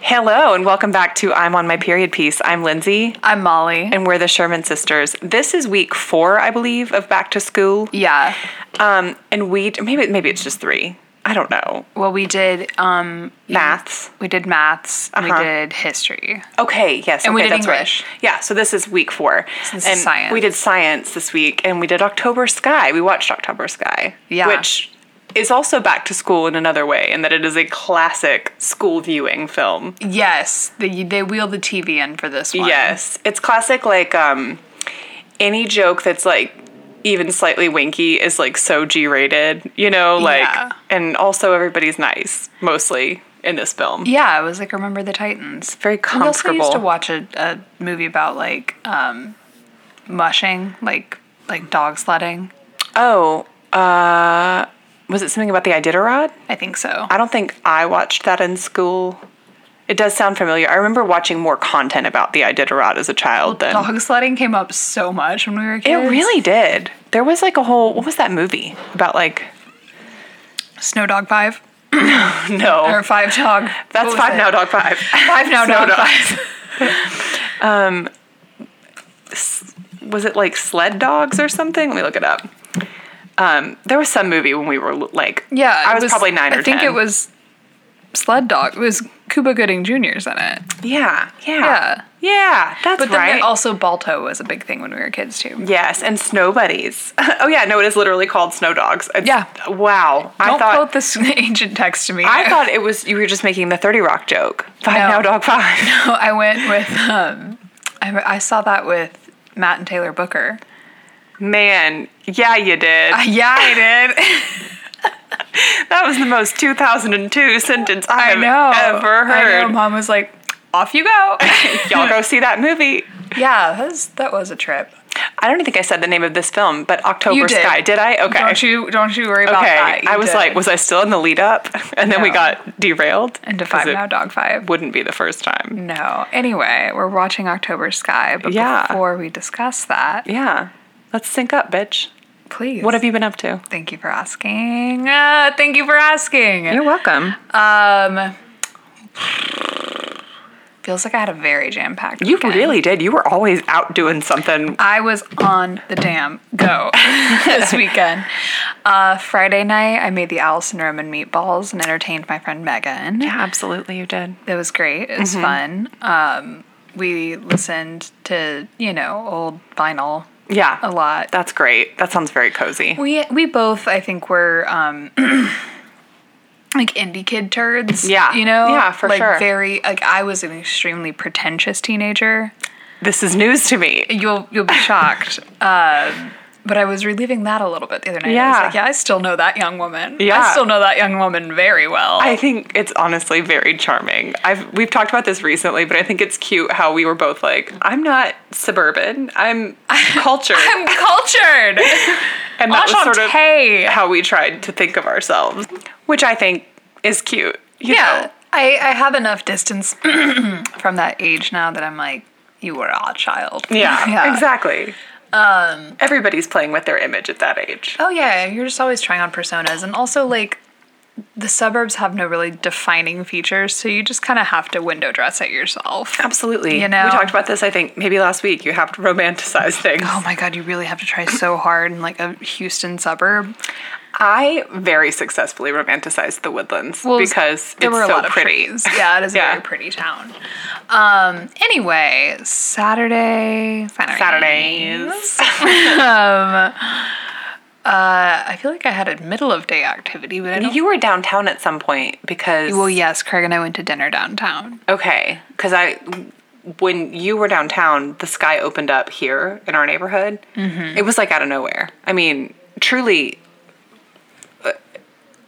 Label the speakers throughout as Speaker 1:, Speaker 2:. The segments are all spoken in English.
Speaker 1: Hello, and welcome back to I'm on My Period Piece. I'm Lindsay,
Speaker 2: I'm Molly.
Speaker 1: and we're the Sherman sisters. This is week four, I believe, of Back to School.
Speaker 2: yeah.
Speaker 1: Um, and we maybe maybe it's just three. I don't know.
Speaker 2: Well, we did um
Speaker 1: Maths.
Speaker 2: we did maths, and
Speaker 1: Uh-huh.
Speaker 2: we did history.
Speaker 1: Okay, yes.
Speaker 2: And we
Speaker 1: okay,
Speaker 2: did
Speaker 1: that's right.
Speaker 2: English.
Speaker 1: Yeah, so this is week four.
Speaker 2: this
Speaker 1: and
Speaker 2: is science.
Speaker 1: We did science this week, and we did October Sky. We watched October Sky.
Speaker 2: Yeah.
Speaker 1: Which is also back to school in another way, in that it is a classic school viewing film.
Speaker 2: Yes, they they wheeled the TV in for this one.
Speaker 1: Yes, it's classic. Like um, any joke that's like even slightly winky is like so G-rated, you know. Like,
Speaker 2: Yeah.
Speaker 1: and also everybody's nice mostly in this film.
Speaker 2: Yeah, it was like remember the Titans.
Speaker 1: Very
Speaker 2: We also used to
Speaker 1: comfortable.
Speaker 2: watch a, a movie about like um mushing, like like dog sledding.
Speaker 1: Oh, uh, was it something about the Iditarod?
Speaker 2: I think so.
Speaker 1: I don't think I watched that in school. It does sound familiar. I remember watching more content about the Iditarod as a child than
Speaker 2: Dog sledding came up so much when we were
Speaker 1: it
Speaker 2: kids.
Speaker 1: really did. There was like a whole what was that movie about? Like
Speaker 2: Snow Dog Five
Speaker 1: no,
Speaker 2: or Five Dog. What
Speaker 1: that's
Speaker 2: was
Speaker 1: five
Speaker 2: it?
Speaker 1: now, dog five.
Speaker 2: Five now
Speaker 1: Snow
Speaker 2: dog.
Speaker 1: Dog.
Speaker 2: Five.
Speaker 1: was it like sled dogs or something? Let me look it up. Um, there was some movie when we were like,
Speaker 2: Yeah,
Speaker 1: I
Speaker 2: it
Speaker 1: was, probably nine
Speaker 2: I
Speaker 1: or
Speaker 2: think
Speaker 1: ten.
Speaker 2: it was Sled Dog. It was Cuba Gooding Jr.'s in it.
Speaker 1: yeah, yeah,
Speaker 2: Yeah.
Speaker 1: yeah, That's
Speaker 2: But then
Speaker 1: right.
Speaker 2: there- also Balto was a big thing when we were kids too.
Speaker 1: yes, and snow buddies. oh yeah, no, it is literally called snow dogs. It's-
Speaker 2: Yeah.
Speaker 1: wow. I
Speaker 2: Don't
Speaker 1: thought
Speaker 2: quote this ancient text to me.
Speaker 1: I thought it was you were just making the Thirty Rock joke. Five
Speaker 2: No.
Speaker 1: now, dog five.
Speaker 2: I went with. Um, I, I saw that with Matt and Taylor Booker.
Speaker 1: Man, yeah, you did.
Speaker 2: Yeah, I did.
Speaker 1: that was the most 2002 sentence I,
Speaker 2: I
Speaker 1: have
Speaker 2: know.
Speaker 1: ever
Speaker 2: I know.
Speaker 1: heard.
Speaker 2: Mom was like, "Off you go."
Speaker 1: Y'all go see that movie.
Speaker 2: yeah, that was, that was a trip.
Speaker 1: I don't think I said the name of this film, but October
Speaker 2: You did.
Speaker 1: Sky. Did I? Okay.
Speaker 2: Don't you don't you worry about
Speaker 1: okay.
Speaker 2: that. You
Speaker 1: I was
Speaker 2: did.
Speaker 1: like, was I still in the lead up? And then we
Speaker 2: No.
Speaker 1: got derailed.
Speaker 2: into
Speaker 1: 'cause
Speaker 2: five
Speaker 1: it
Speaker 2: now, dog five.
Speaker 1: Wouldn't be the first time.
Speaker 2: No. Anyway, we're watching October Sky, but
Speaker 1: Yeah.
Speaker 2: before we discuss that,
Speaker 1: Yeah. Let's sync up, bitch.
Speaker 2: please.
Speaker 1: What have you been up to?
Speaker 2: Thank you for asking. Uh, thank you for asking.
Speaker 1: welcome.
Speaker 2: Um, feels like I had a very jam packed.
Speaker 1: You really did. You were always out doing something.
Speaker 2: I was on the damn go this weekend. Uh, Friday night, I made the Allison Roman meatballs and entertained my friend Megan.
Speaker 1: absolutely, you did.
Speaker 2: It was great. It was
Speaker 1: Mm-hmm.
Speaker 2: fun. Um, we listened to you know old vinyl
Speaker 1: Yeah.
Speaker 2: a lot.
Speaker 1: That's great. That sounds very cozy.
Speaker 2: We we both I think were um like indie kid turds.
Speaker 1: Yeah.
Speaker 2: You know?
Speaker 1: Yeah, for
Speaker 2: like
Speaker 1: sure.
Speaker 2: Very like I was an extremely pretentious teenager.
Speaker 1: This is news to me.
Speaker 2: You'll you'll be shocked. um but I was reliving that a little bit the other night. I
Speaker 1: Yeah.
Speaker 2: was like, yeah, I still know that young woman.
Speaker 1: Yeah.
Speaker 2: I still know that young woman very well.
Speaker 1: I think it's honestly very charming. I've we've talked about this recently, but I think it's cute how we were both like, I'm not suburban. I'm cultured.
Speaker 2: I'm cultured.
Speaker 1: and that was sort of
Speaker 2: Enchantée.
Speaker 1: how we tried to think of ourselves, which I think is cute. you
Speaker 2: Yeah.
Speaker 1: know?
Speaker 2: I, I have enough distance from that age now that I'm like, you were a child.
Speaker 1: Yeah. Exactly. Um, Everybody's playing with their image at that age.
Speaker 2: Oh yeah, you're just always trying on personas, and also like the suburbs have no really defining features, so you just kind of have to window dress it yourself.
Speaker 1: Absolutely.
Speaker 2: You know?
Speaker 1: we talked about this. I think maybe last week. You have to romanticize things.
Speaker 2: Oh my god, you really have to try so hard in like a Houston suburb.
Speaker 1: I very successfully romanticized the woodlands because
Speaker 2: there
Speaker 1: it's
Speaker 2: were a
Speaker 1: so
Speaker 2: lot of
Speaker 1: pretty.
Speaker 2: trees. Yeah, it is
Speaker 1: Yeah.
Speaker 2: a very pretty town. Um. Anyway, Saturday. Saturday.
Speaker 1: Saturdays.
Speaker 2: I feel like I had a middle of day activity, but I don't.
Speaker 1: You were downtown at some point because
Speaker 2: well, oh, yes, Craig and I went to dinner downtown.
Speaker 1: okay, because I when you were downtown, the sky opened up here in our neighborhood.
Speaker 2: Mm-hmm.
Speaker 1: It was like out of nowhere. I mean, truly, uh,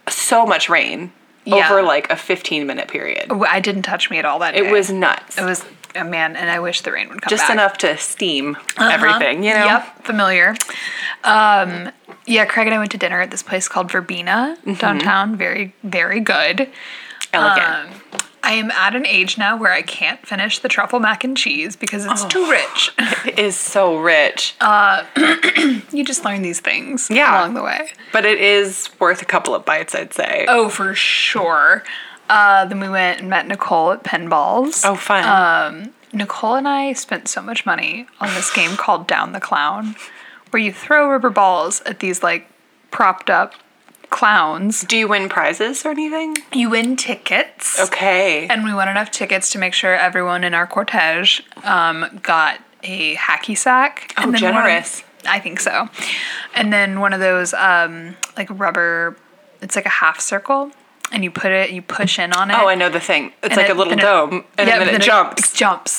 Speaker 1: so much rain
Speaker 2: Yeah.
Speaker 1: over like a fifteen minute period.
Speaker 2: Well, I didn't touch me at all that
Speaker 1: It
Speaker 2: day.
Speaker 1: was nuts.
Speaker 2: It was a man, and I wish the rain would come
Speaker 1: just
Speaker 2: back.
Speaker 1: enough to steam everything, you know.
Speaker 2: Uh-huh. Yep, familiar. Um, yeah, Craig and I went to dinner at this place called Verbena
Speaker 1: Mm-hmm.
Speaker 2: downtown. Very, very good.
Speaker 1: Elegant.
Speaker 2: Uh-huh. I am at an age now where I can't finish the truffle mac and cheese because
Speaker 1: Oh.
Speaker 2: it's too rich.
Speaker 1: it is so rich.
Speaker 2: Uh-huh. You just learn these things
Speaker 1: Yeah.
Speaker 2: along the way.
Speaker 1: But it is worth a couple of bites, I'd say.
Speaker 2: Oh, for sure. Uh, then we went and met Nicole at Pinballs.
Speaker 1: Oh, fun.
Speaker 2: uh, Nicole and I spent so much money on this game called Down the Clown, where you throw rubber balls at these like propped up clowns.
Speaker 1: Do you win prizes or anything?
Speaker 2: You win tickets.
Speaker 1: Okay.
Speaker 2: And we won enough tickets to make sure everyone in our cortege um, got a hacky sack.
Speaker 1: Oh,
Speaker 2: and then one of-
Speaker 1: generous.
Speaker 2: I think so. And then one of those um, like rubber, it's like a half circle, and you put it, you push in on it.
Speaker 1: oh, I know the thing. It's
Speaker 2: and
Speaker 1: like
Speaker 2: it-
Speaker 1: a little
Speaker 2: then it-
Speaker 1: dome, and
Speaker 2: yeah,
Speaker 1: then
Speaker 2: but
Speaker 1: it jumps.
Speaker 2: jumps.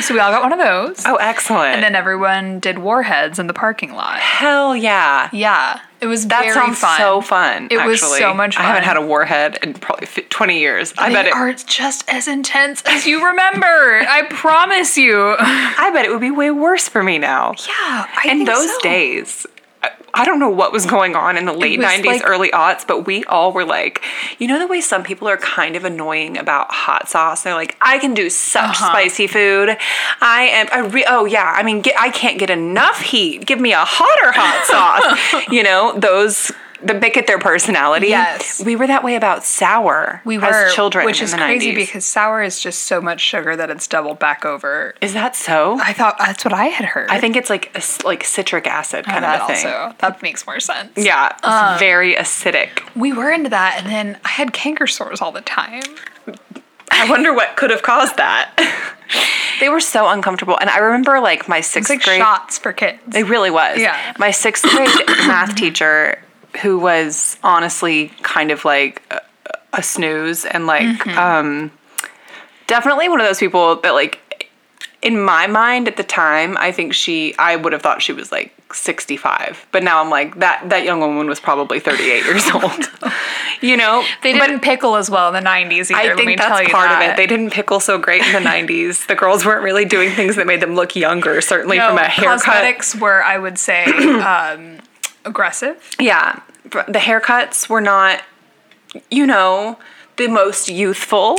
Speaker 2: so we all got one of those.
Speaker 1: oh, excellent.
Speaker 2: And then everyone did warheads in the parking lot.
Speaker 1: Hell yeah.
Speaker 2: Yeah, it was
Speaker 1: That
Speaker 2: very
Speaker 1: sounds
Speaker 2: fun.
Speaker 1: so fun.
Speaker 2: It was
Speaker 1: actually.
Speaker 2: so much
Speaker 1: I haven't
Speaker 2: fun.
Speaker 1: had a warhead in probably fi- 20 years. I
Speaker 2: They
Speaker 1: bet it.
Speaker 2: are just as intense as you remember. I promise you.
Speaker 1: I bet it would be way worse for me now.
Speaker 2: Yeah, I
Speaker 1: in
Speaker 2: think
Speaker 1: those
Speaker 2: so.
Speaker 1: days I- I don't know what was going on in the late
Speaker 2: was
Speaker 1: 90s,
Speaker 2: like-
Speaker 1: early aughts, but we all were like, you know, the way some people are kind of annoying about hot sauce. They're like, I can do such
Speaker 2: Uh-huh.
Speaker 1: spicy food. I am, I re- oh yeah, I mean, get, I can't get enough heat. Give me a hotter hot sauce. you know, those, the pick at their personality.
Speaker 2: Yes.
Speaker 1: We were that way about sour
Speaker 2: We were
Speaker 1: as children
Speaker 2: which
Speaker 1: in
Speaker 2: is
Speaker 1: the
Speaker 2: crazy
Speaker 1: 90s.
Speaker 2: because sour is just so much sugar that it's doubled back over.
Speaker 1: is that so? I,
Speaker 2: I thought that's what I had heard.
Speaker 1: think it's like a s like citric acid kind
Speaker 2: that
Speaker 1: of a thing.
Speaker 2: also that makes more sense.
Speaker 1: Yeah, it's
Speaker 2: Um,
Speaker 1: very acidic.
Speaker 2: we were into that, and then I had canker sores all the time.
Speaker 1: I wonder what could have caused that. they were so uncomfortable, and I remember like my
Speaker 2: It's
Speaker 1: sixth
Speaker 2: like
Speaker 1: grade.
Speaker 2: shots for kids.
Speaker 1: It really was.
Speaker 2: Yeah.
Speaker 1: My sixth grade math teacher, who was honestly kind of like a, a snooze and like um, definitely one of those people that like in my mind at the time, I think she I would have thought she was like 65, but now I'm like that that young woman was probably 38 years old. You know,
Speaker 2: They
Speaker 1: But-
Speaker 2: didn't pickle as well in the '90s either.
Speaker 1: I
Speaker 2: let me
Speaker 1: think that's
Speaker 2: tell you
Speaker 1: part of
Speaker 2: that.
Speaker 1: it. They didn't pickle so great in the 90s. The girls weren't really doing things that made them look younger, certainly
Speaker 2: no,
Speaker 1: from a haircut.
Speaker 2: cosmetics were, I would say, um, aggressive.
Speaker 1: Yeah. The haircuts were not, you know, the most youthful,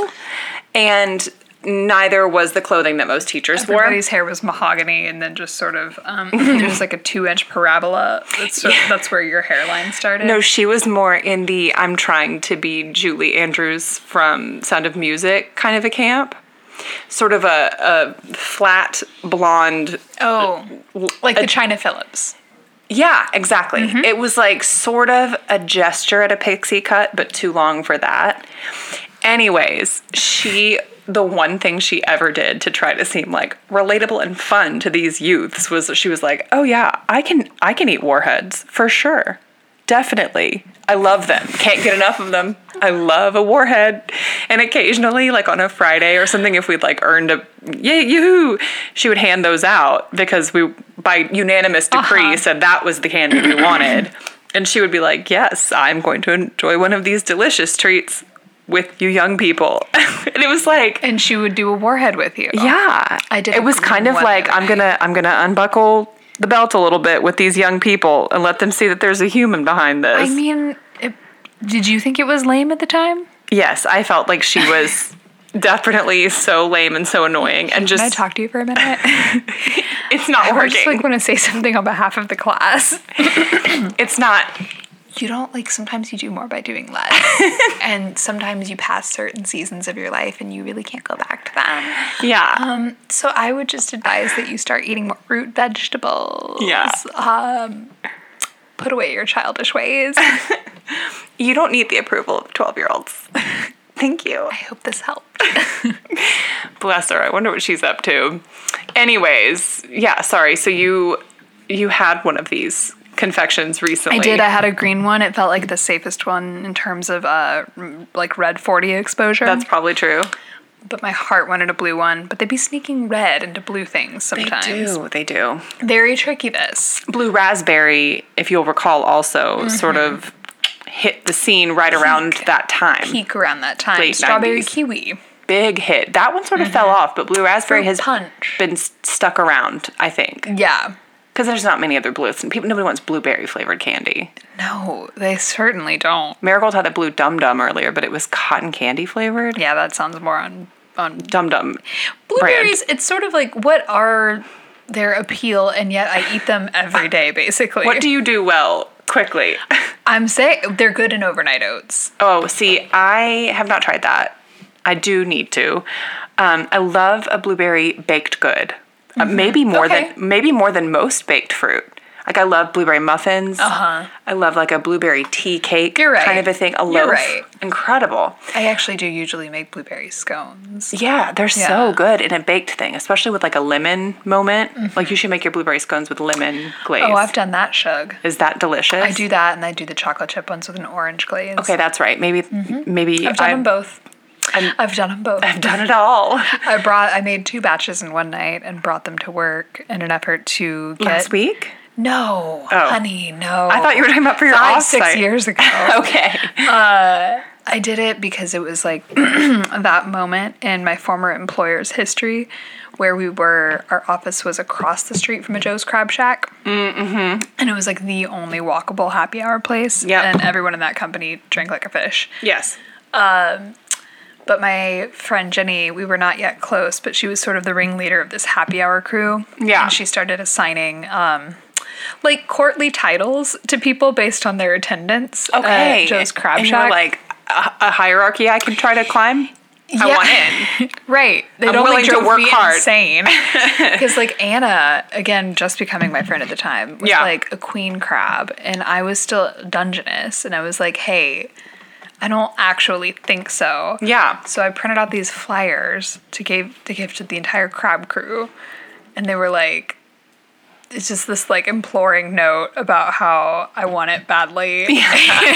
Speaker 1: and neither was the clothing that most teachers
Speaker 2: Everybody's hair was mahogany, and then just sort of um, there was like a two-inch parabola. That's sort that's where your hairline started.
Speaker 1: wore. No, she was more in the I'm trying to be Julie Andrews from Sound of Music kind of a camp. Sort of a, a flat blonde
Speaker 2: oh, like the China Phillips.
Speaker 1: Yeah, exactly. It was like sort of a gesture at a pixie cut, but too long for that. Anyways, she the one thing she ever did to try to seem like relatable and fun to these youths was she was like, "Oh yeah, I can I can eat warheads for sure. Definitely. I love them. Can't get enough of them. I love a warhead." And occasionally like on a Friday or something if we'd like earned a yay yoo, she would hand those out because we by unanimous decree
Speaker 2: Uh-huh.
Speaker 1: said that was the candy we wanted. And she would be like, Yes, I'm going to enjoy one of these delicious treats with you young people. and it was like,
Speaker 2: And she would do a warhead with you.
Speaker 1: Yeah.
Speaker 2: I did
Speaker 1: It was kind of
Speaker 2: one
Speaker 1: like,
Speaker 2: other
Speaker 1: I'm gonna I'm gonna unbuckle the belt a little bit with these young people and let them see that there's a human behind this.
Speaker 2: I mean, it, did you think it was lame at the time?
Speaker 1: yes, I felt like she was definitely so lame and so annoying and
Speaker 2: Can I
Speaker 1: just
Speaker 2: talk to you for a minute?
Speaker 1: it's not
Speaker 2: I
Speaker 1: working.
Speaker 2: just like want to say something on behalf of the class.
Speaker 1: it's not
Speaker 2: you don't like sometimes you do more by doing less and sometimes you pass certain seasons of your life and you really can't go back to them
Speaker 1: yeah.
Speaker 2: um, so i would just advise that you start eating more root vegetables
Speaker 1: Yeah.
Speaker 2: um, put away your childish ways
Speaker 1: you don't need the approval of twelve year olds. Thank you.
Speaker 2: i hope this helped
Speaker 1: bless her i wonder what she's up to anyways yeah sorry so you you had one of these confections recently
Speaker 2: i did i had a green one it felt like the safest one in terms of uh, m- like red 40 exposure
Speaker 1: that's probably true
Speaker 2: but my heart wanted a blue one but they'd be sneaking red into blue things sometimes
Speaker 1: they do
Speaker 2: very tricky this
Speaker 1: blue raspberry if you'll recall also sort
Speaker 2: Mm-hmm.
Speaker 1: of hit the scene right around that time
Speaker 2: peak around that time.
Speaker 1: Late
Speaker 2: Strawberry
Speaker 1: 90s.
Speaker 2: kiwi.
Speaker 1: big hit that one sort of fell off but blue raspberry
Speaker 2: Mm-hmm. Fruit
Speaker 1: has
Speaker 2: punch. Mm.
Speaker 1: been s- stuck around i think
Speaker 2: Yeah.
Speaker 1: because there's not many other blues and people nobody wants blueberry flavored candy
Speaker 2: No, they certainly don't.
Speaker 1: marigold had a blue dum dum earlier but it was cotton candy flavored
Speaker 2: Yeah, that sounds more on on
Speaker 1: dum dum
Speaker 2: blueberries. It's sort of like what are their appeal, and yet I eat them every day, basically.
Speaker 1: What do you do well? quickly.
Speaker 2: I'm saying they're good in overnight oats.
Speaker 1: Oh, see, I have not tried that. I do need to. Um, I love a blueberry baked good. Uh, maybe more
Speaker 2: Mm-hmm. Okay.
Speaker 1: than maybe more than most baked fruit. Like I love blueberry muffins.
Speaker 2: Uh-huh.
Speaker 1: I love like a blueberry tea cake
Speaker 2: You're right.
Speaker 1: kind of a thing. A loaf.
Speaker 2: You're right.
Speaker 1: Incredible.
Speaker 2: I actually do usually make blueberry scones.
Speaker 1: Yeah, they're
Speaker 2: Yeah. Mm-hmm.
Speaker 1: so good in a baked thing, especially with like a lemon moment. Like you should make your blueberry scones with lemon glaze.
Speaker 2: Oh, I've done that, Shug.
Speaker 1: Is that delicious?
Speaker 2: I do that, and I do the chocolate chip ones with an orange glaze.
Speaker 1: Okay, that's right. Maybe maybe
Speaker 2: Mm-hmm. I've done them both.
Speaker 1: I'm-
Speaker 2: I've done them both.
Speaker 1: I've done it all.
Speaker 2: I brought. I made two batches in one night and brought them to work in an effort to get.
Speaker 1: Last week?
Speaker 2: No,
Speaker 1: Oh.
Speaker 2: honey, no.
Speaker 1: I thought you were talking about for your
Speaker 2: five,
Speaker 1: off
Speaker 2: six years ago.
Speaker 1: Okay.
Speaker 2: I did it because it was like that moment in my former employer's history where we were, our office was across the street from a Joe's Crab Shack. Mm-hmm. And it was like the only walkable happy hour place.
Speaker 1: Yep.
Speaker 2: And everyone in that company drank like a fish.
Speaker 1: Yes.
Speaker 2: But my friend Jenny, we were not yet close, but she was sort of the ringleader of this happy hour crew.
Speaker 1: Yeah.
Speaker 2: And she started assigning um, like courtly titles to people based on their attendance
Speaker 1: Okay.
Speaker 2: at Joe's Crab
Speaker 1: and
Speaker 2: Shack.
Speaker 1: You're like a, a hierarchy I can try to climb. I
Speaker 2: Yeah.
Speaker 1: want in.
Speaker 2: Right. They
Speaker 1: I'm
Speaker 2: don't
Speaker 1: willing to
Speaker 2: drove
Speaker 1: work
Speaker 2: me
Speaker 1: hard.
Speaker 2: insane. Because like Anna, again, just becoming my friend at the time, was
Speaker 1: Yeah.
Speaker 2: like a queen crab, and I was still Dungeness, and I was like, hey, I don't actually think so.
Speaker 1: Yeah.
Speaker 2: So I printed out these flyers to give to give to the entire crab crew, and they were like. It's just this like imploring note about how I want it badly,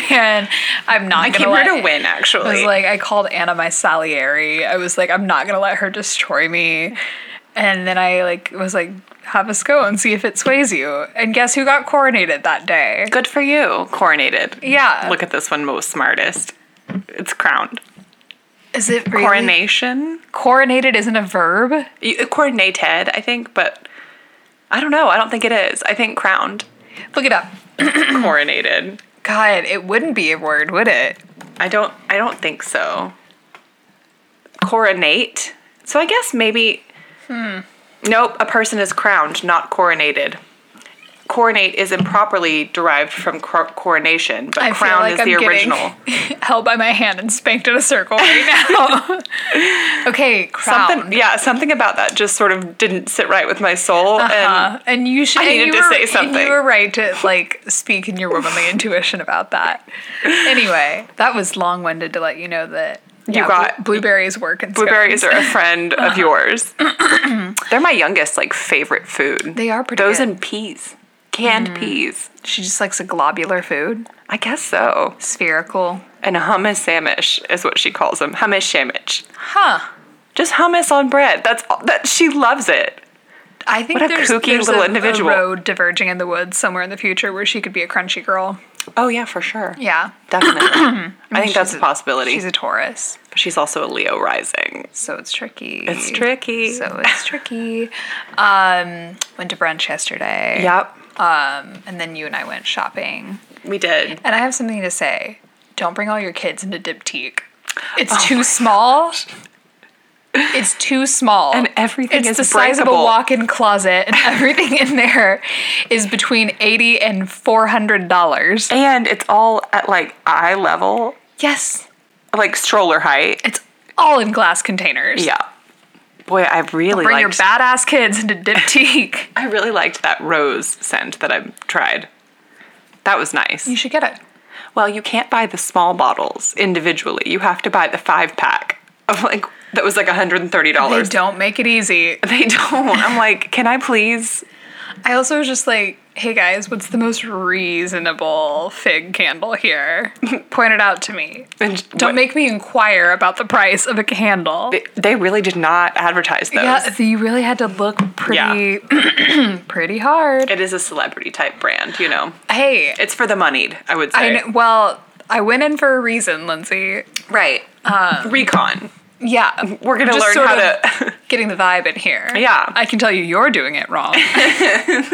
Speaker 2: and I'm not.
Speaker 1: I
Speaker 2: gonna
Speaker 1: came
Speaker 2: let
Speaker 1: here to win, actually.
Speaker 2: I was like, I called Anna my Salieri. I was like, I'm not gonna let her destroy me. And then I like was like, have a scone, see if it sways you. And guess who got coronated that day?
Speaker 1: Good for you, coronated.
Speaker 2: Yeah.
Speaker 1: Look at this one, most smartest. It's crowned.
Speaker 2: Is it really?
Speaker 1: Coronation?
Speaker 2: Coronated isn't a verb.
Speaker 1: You- uh, Coronated, I think, but I don't know. I don't think it is. I think crowned,
Speaker 2: Look it up.
Speaker 1: coronated.
Speaker 2: God, it wouldn't be a word, would it?
Speaker 1: I don't I don't think so. Coronate. So I guess maybe
Speaker 2: Hmm.
Speaker 1: Nope, a person is crowned, not coronated. Coronate is improperly derived from cor- coronation, but
Speaker 2: I feel
Speaker 1: crown
Speaker 2: like
Speaker 1: is
Speaker 2: I'm
Speaker 1: the
Speaker 2: getting
Speaker 1: original.
Speaker 2: held by my hand and spanked in a circle right now. okay, crown.
Speaker 1: Something yeah, something about that just sort of didn't sit right with my soul and
Speaker 2: Uh, and you should.
Speaker 1: I
Speaker 2: and
Speaker 1: needed
Speaker 2: you
Speaker 1: to
Speaker 2: were-
Speaker 1: say
Speaker 2: and
Speaker 1: something.
Speaker 2: you were right to like speak in your womanly intuition about that. Anyway, that was long-winded to let you know that
Speaker 1: You
Speaker 2: yeah,
Speaker 1: got-
Speaker 2: blu- blueberries work and
Speaker 1: Blueberries are a friend
Speaker 2: Uh-huh.
Speaker 1: of yours. They're my youngest like favorite food.
Speaker 2: They are pretty
Speaker 1: Those
Speaker 2: good. Hmm.
Speaker 1: and peas. Canned peas.
Speaker 2: She just likes a globular food,
Speaker 1: I guess so.
Speaker 2: spherical.
Speaker 1: And hummus sandwich is what she calls them. Hummus sandwich.
Speaker 2: Huh.
Speaker 1: Just hummus on bread. That's all, that she loves it.
Speaker 2: I think
Speaker 1: What a
Speaker 2: there's,
Speaker 1: kooky
Speaker 2: there's
Speaker 1: little
Speaker 2: a,
Speaker 1: individual.
Speaker 2: a road diverging in the woods somewhere in the future where she could be a crunchy girl.
Speaker 1: Oh yeah, for sure.
Speaker 2: Yeah.
Speaker 1: Definitely. I, think that's
Speaker 2: she's
Speaker 1: a
Speaker 2: a-
Speaker 1: possibility.
Speaker 2: She's a Taurus,
Speaker 1: but she's also a Leo rising. Mm.
Speaker 2: so it's tricky.
Speaker 1: It's tricky.
Speaker 2: So it's tricky. Um, went to brunch yesterday.
Speaker 1: Yep.
Speaker 2: Um, and then you and I went shopping.
Speaker 1: We did.
Speaker 2: And I have something to say. Don't bring all your kids into Diptyque. It's
Speaker 1: Oh
Speaker 2: too small. It's too small.
Speaker 1: And everything
Speaker 2: it's
Speaker 1: is
Speaker 2: the size of a
Speaker 1: breakable.
Speaker 2: walk-in closet, and everything in there is between eighty and four hundred dollars.
Speaker 1: And it's all at like eye level,
Speaker 2: Yes,
Speaker 1: like stroller height.
Speaker 2: it's all in glass containers.
Speaker 1: Yeah. Boy, I really
Speaker 2: Bring your
Speaker 1: liked
Speaker 2: badass kids into Diptyque.
Speaker 1: I really liked that rose scent that I tried. That was nice.
Speaker 2: you should get it.
Speaker 1: Well, you can't buy the small bottles individually. You have to buy the five pack of like that was like
Speaker 2: They
Speaker 1: $130.
Speaker 2: don't make it easy.
Speaker 1: They don't. I'm like, can I please?
Speaker 2: I also was just like, hey guys, what's the most reasonable fig candle here? Point it out to me.
Speaker 1: And
Speaker 2: Don't make me inquire about the price of a candle.
Speaker 1: make. They really did not advertise those.
Speaker 2: Yeah, so you really had to look pretty, pretty hard.
Speaker 1: It is a celebrity type brand, you know.
Speaker 2: hey,
Speaker 1: It's for the moneyed, I would
Speaker 2: I
Speaker 1: say.
Speaker 2: know, well, I went in for a reason, Lindsay.
Speaker 1: Right. Uh, Recon.
Speaker 2: Yeah,
Speaker 1: We're gonna
Speaker 2: just
Speaker 1: learn
Speaker 2: sort
Speaker 1: how
Speaker 2: of
Speaker 1: to
Speaker 2: getting the vibe in here.
Speaker 1: Yeah.
Speaker 2: I can tell you, you're doing it wrong.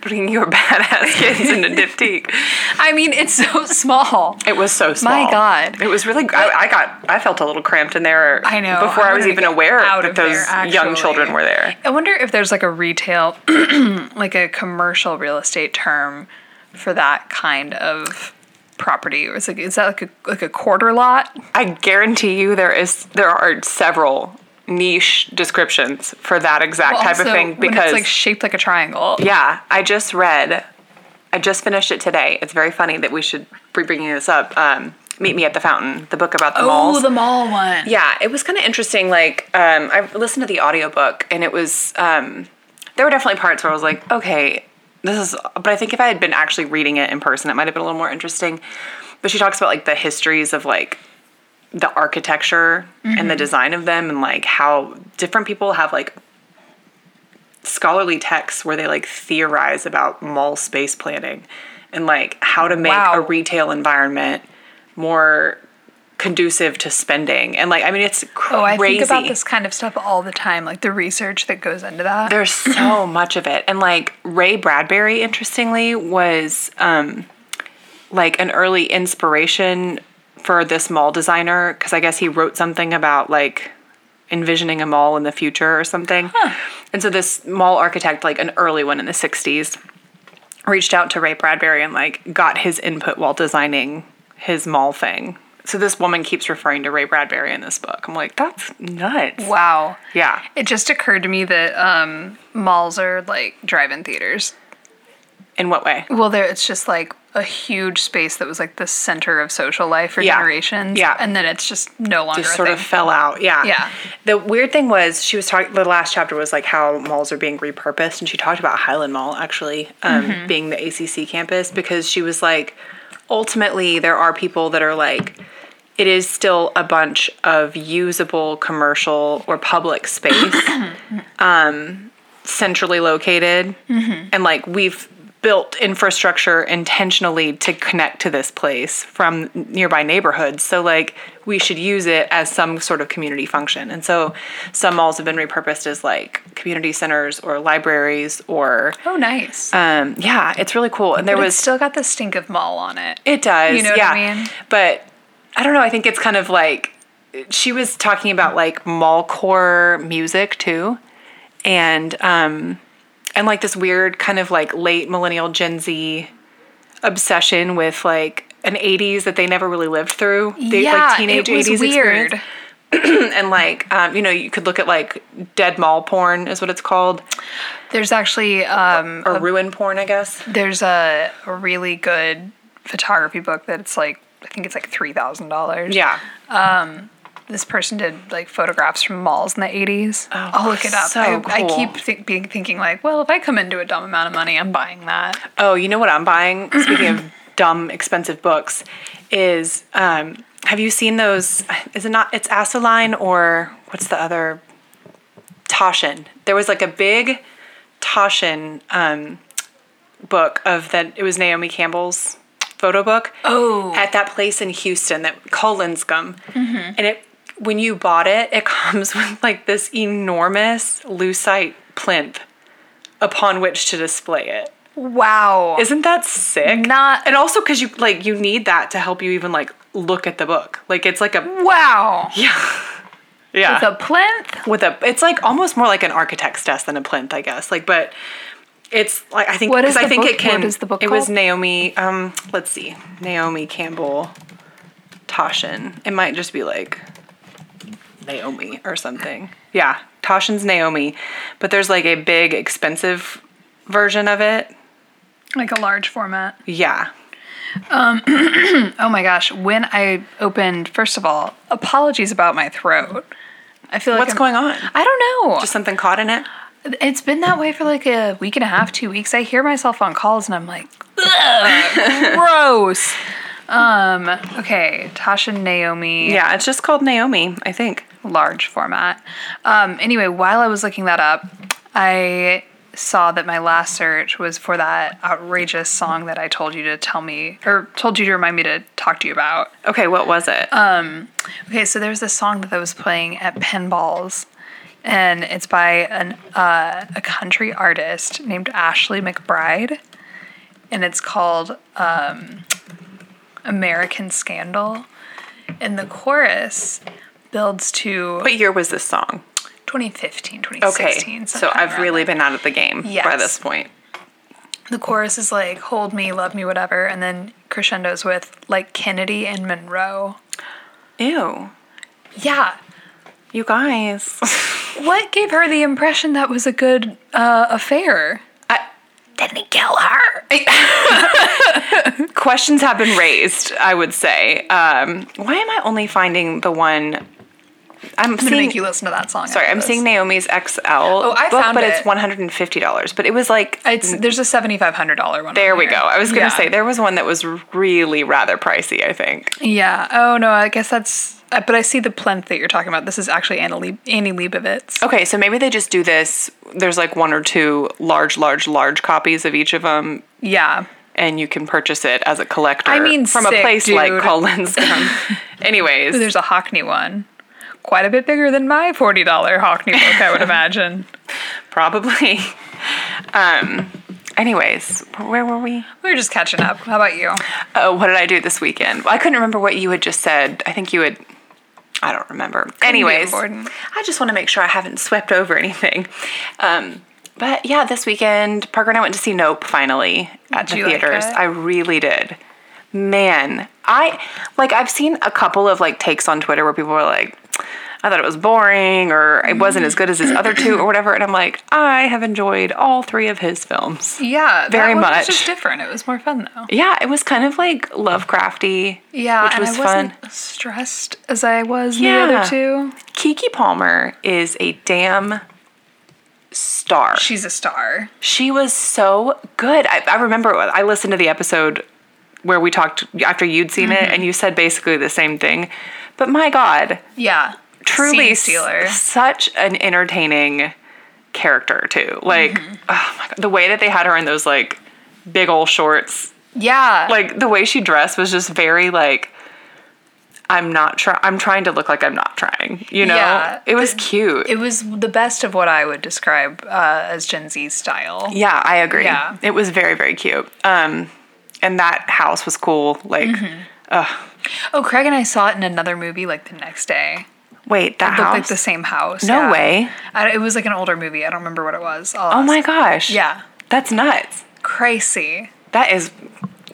Speaker 1: bring your badass kids into diptyque.
Speaker 2: I mean, it's so small.
Speaker 1: It was so small.
Speaker 2: My God.
Speaker 1: It was really. I, I got. I felt a little cramped in there.
Speaker 2: I know.
Speaker 1: Before
Speaker 2: I
Speaker 1: I, was
Speaker 2: wanna
Speaker 1: even
Speaker 2: get
Speaker 1: aware
Speaker 2: out
Speaker 1: that
Speaker 2: of there,
Speaker 1: those young children
Speaker 2: actually.
Speaker 1: were there.
Speaker 2: I wonder if there's like a retail, like a commercial real estate term for that kind of property. It was like is that like a like a quarter lot?
Speaker 1: I guarantee you there is there are several niche descriptions for that exact type
Speaker 2: Also,
Speaker 1: of thing
Speaker 2: when
Speaker 1: because
Speaker 2: it's like shaped like a triangle.
Speaker 1: yeah, I just read I just finished it today. It's very funny that we should be bringing this up. Um, Meet me at the fountain, the book about the malls.
Speaker 2: Oh, the mall one.
Speaker 1: Yeah, it was kind of interesting. Like, um, I listened to the audiobook, and it was, um, there were definitely parts where I was like, okay, this is, but I think if I had been actually reading it in person, it might have been a little more interesting. But she talks about like the histories of like the architecture and the design of them, and like how different people have like scholarly texts where they like theorize about mall space planning and like how to make
Speaker 2: Wow.
Speaker 1: a retail environment more conducive to spending and like i mean it's crazy
Speaker 2: Oh, I think about this kind of stuff all the time, like the research that goes into that.
Speaker 1: there's so much of it and like ray bradbury interestingly was um like an early inspiration for this mall designer because i guess he wrote something about like envisioning a mall in the future or something and so this mall architect like an early one in the 60s reached out to ray bradbury and like got his input while designing his mall thing so this woman keeps referring to ray bradbury in this book i'm like that's nuts
Speaker 2: wow.
Speaker 1: yeah
Speaker 2: It just occurred to me that um, malls are like drive-in theaters.
Speaker 1: in what way
Speaker 2: Well, there it's just like a huge space that was like the center of social life for
Speaker 1: Yeah.
Speaker 2: generations.
Speaker 1: Yeah.
Speaker 2: and then it's just no longer
Speaker 1: just
Speaker 2: a
Speaker 1: sort
Speaker 2: thing.
Speaker 1: of fell out. Yeah.
Speaker 2: Yeah.
Speaker 1: The weird thing was she was talking. The last chapter was like how malls are being repurposed, and she talked about Highland Mall actually um,
Speaker 2: Mm-hmm.
Speaker 1: being the ACC campus because she was like, ultimately there are people that are like. It is still a bunch of usable commercial or public space, um, centrally located,
Speaker 2: Mm-hmm.
Speaker 1: and like we've built infrastructure intentionally to connect to this place from nearby neighborhoods. So like we should use it as some sort of community function. And so some malls have been repurposed as like community centers or libraries or
Speaker 2: oh, nice.
Speaker 1: um yeah, it's really cool. And there
Speaker 2: but
Speaker 1: was
Speaker 2: it's still got the stink of mall on it.
Speaker 1: it does.
Speaker 2: You know what
Speaker 1: yeah.
Speaker 2: I mean?
Speaker 1: But I don't know. I think it's kind of like she was talking about like mallcore music too, and um, and like this weird kind of like late millennial Gen Z obsession with like an 80s that they never really lived through. The,
Speaker 2: yeah,
Speaker 1: like teenage
Speaker 2: it was
Speaker 1: 80s
Speaker 2: weird.
Speaker 1: experience. And like um, you know, you could look at like dead mall porn is what it's called,
Speaker 2: There's actually um,
Speaker 1: or ruin porn, I guess.
Speaker 2: there's a, a really good photography book that it's like I think it's like three thousand dollars.
Speaker 1: Yeah.
Speaker 2: this person did like photographs from malls in the 80s. I'll look it up.
Speaker 1: Oh, so
Speaker 2: I, I
Speaker 1: cool.
Speaker 2: keep think, being thinking like, well, if I come into a dumb amount of money, I'm buying that.
Speaker 1: Oh, you know what I'm buying? Speaking of dumb, expensive books, is um, have you seen those? Is it not? It's Asoline or what's the other? Toshin. There was like a big Toshin um, book of that. It was Naomi Campbell's photo book.
Speaker 2: Oh.
Speaker 1: At that place in Houston that called Linscomb, and it when you bought it, it comes with like this enormous lucite plinth upon which to display it.
Speaker 2: Wow.
Speaker 1: Isn't that sick?
Speaker 2: Not-
Speaker 1: and also because you like you need that to help you even like look at the book. Like it's like a
Speaker 2: wow.
Speaker 1: yeah
Speaker 2: The plinth?
Speaker 1: with a it's like almost more like an architect's desk than a plinth, I guess. Like, but it's like I think
Speaker 2: What is
Speaker 1: because I
Speaker 2: the
Speaker 1: think
Speaker 2: book-
Speaker 1: it can.
Speaker 2: what is the book
Speaker 1: it was
Speaker 2: called?
Speaker 1: Naomi. Um, let's see, Naomi Campbell, Toshin. It might just be like Naomi or something. Yeah, Toshin's Naomi, but there's like a big expensive version of it.
Speaker 2: Like a large format.
Speaker 1: Yeah,
Speaker 2: Oh my gosh. When I opened, first of all, apologies about my throat. I feel like
Speaker 1: what's
Speaker 2: I'm-
Speaker 1: going on?
Speaker 2: I don't know.
Speaker 1: Just something caught in it.
Speaker 2: It's been that way for like a week and a half, two weeks. I hear myself on calls and I'm like, "Ugh, gross. Um, okay, Tasha Naomi,
Speaker 1: Yeah, it's just called Naomi, I think.
Speaker 2: large format. Um, anyway, while I was looking that up, I saw that my last search was for that outrageous song that I told you to tell me or told you to remind me to talk to you about.
Speaker 1: Okay, what was it?
Speaker 2: Um, Okay, so there's this song that I was playing at Pinballs, and it's by an uh, a country artist named Ashley McBride, and it's called um, "American Scandal," and the chorus builds to
Speaker 1: what year was this song?
Speaker 2: 2015,
Speaker 1: Okay,
Speaker 2: 2016.
Speaker 1: so
Speaker 2: sometime
Speaker 1: I've
Speaker 2: around
Speaker 1: really
Speaker 2: there.
Speaker 1: been out of the game by
Speaker 2: Yes.
Speaker 1: this point.
Speaker 2: the chorus is like hold me love me whatever and then crescendos with like kennedy and monroe
Speaker 1: Ew.
Speaker 2: yeah
Speaker 1: You guys.
Speaker 2: what gave her the impression that was a good uh, affair
Speaker 1: I-
Speaker 2: didn't he kill her
Speaker 1: Questions have been raised, I would say. Um, why am I only finding the one? I'm
Speaker 2: i'm gonna
Speaker 1: seeing.
Speaker 2: make you listen to that song
Speaker 1: sorry,
Speaker 2: after
Speaker 1: I'm
Speaker 2: this.
Speaker 1: seeing Naomi's XL. Oh,
Speaker 2: I found
Speaker 1: but
Speaker 2: it.
Speaker 1: it's $150. But it was like
Speaker 2: it's there's a $7500 one
Speaker 1: There
Speaker 2: on
Speaker 1: we go. I was gonna
Speaker 2: Yeah.
Speaker 1: say there was one that was really rather pricey. I think.
Speaker 2: yeah oh no i guess that's uh, but i see the plinth that you're talking about this is actually annie, Leib- annie leibovitz
Speaker 1: Okay, so maybe they just do this. There's like one or two large, large, large copies of each of them,
Speaker 2: yeah
Speaker 1: and you can purchase it as a collector.
Speaker 2: I mean,
Speaker 1: from
Speaker 2: sick,
Speaker 1: a place like
Speaker 2: dude.
Speaker 1: Colinstone. Anyways,
Speaker 2: there's a hockney one quite a bit bigger than my $40 hockney book i would imagine
Speaker 1: probably. Um. Anyways, where were we?
Speaker 2: We were just catching up. How about you?
Speaker 1: Oh, what did I do this weekend? I couldn't remember what you had just said. I think you had. I don't remember. Anyways,
Speaker 2: important.
Speaker 1: I just want to make sure I haven't swept over anything. Um, but yeah, this weekend, Parker and I went to see Nope finally at
Speaker 2: Did
Speaker 1: the
Speaker 2: you like
Speaker 1: theaters.
Speaker 2: it?
Speaker 1: I really did. Man, I like I've seen a couple of like takes on Twitter where people were like, I thought it was boring or it wasn't
Speaker 2: Mm-hmm.
Speaker 1: as good as his other two or whatever. And I'm like, I have enjoyed all three of his films.
Speaker 2: Yeah,
Speaker 1: Very
Speaker 2: that one
Speaker 1: much.
Speaker 2: Was just different. It was more fun though.
Speaker 1: Yeah, it was kind of like Lovecrafty.
Speaker 2: Yeah,
Speaker 1: which
Speaker 2: and
Speaker 1: was
Speaker 2: I
Speaker 1: fun.
Speaker 2: wasn't stressed as I was
Speaker 1: Yeah.
Speaker 2: the other two.
Speaker 1: Kiki Palmer is a damn star. She,
Speaker 2: She's a star.
Speaker 1: was so good. I, I remember I listened to the episode where we talked after you'd seen
Speaker 2: Mm-hmm.
Speaker 1: it, and you said basically the same thing. But my God,
Speaker 2: Yeah,
Speaker 1: truly
Speaker 2: Scene
Speaker 1: s-
Speaker 2: stealer.
Speaker 1: such an entertaining character too. Like,
Speaker 2: Mm-hmm.
Speaker 1: oh my God, the way that they had her in those like big old shorts
Speaker 2: Yeah,
Speaker 1: like the way she dressed was just very like I'm not trying I'm trying to look like I'm not trying, you know?
Speaker 2: Yeah.
Speaker 1: it was cute.
Speaker 2: it was the best of what I would describe uh, as Gen Z style.
Speaker 1: yeah, I agree.
Speaker 2: Yeah.
Speaker 1: It was very very cute. Um and that house was cool. Like
Speaker 2: Mm-hmm. Oh, Craig and I saw it in another movie like the next day.
Speaker 1: wait, that
Speaker 2: It looked
Speaker 1: house.
Speaker 2: like the same house.
Speaker 1: No
Speaker 2: yeah.
Speaker 1: way.
Speaker 2: I, it was like an older movie. I don't remember what it was. I'll
Speaker 1: oh
Speaker 2: ask.
Speaker 1: my gosh.
Speaker 2: Yeah,
Speaker 1: That's nuts.
Speaker 2: crazy.
Speaker 1: That is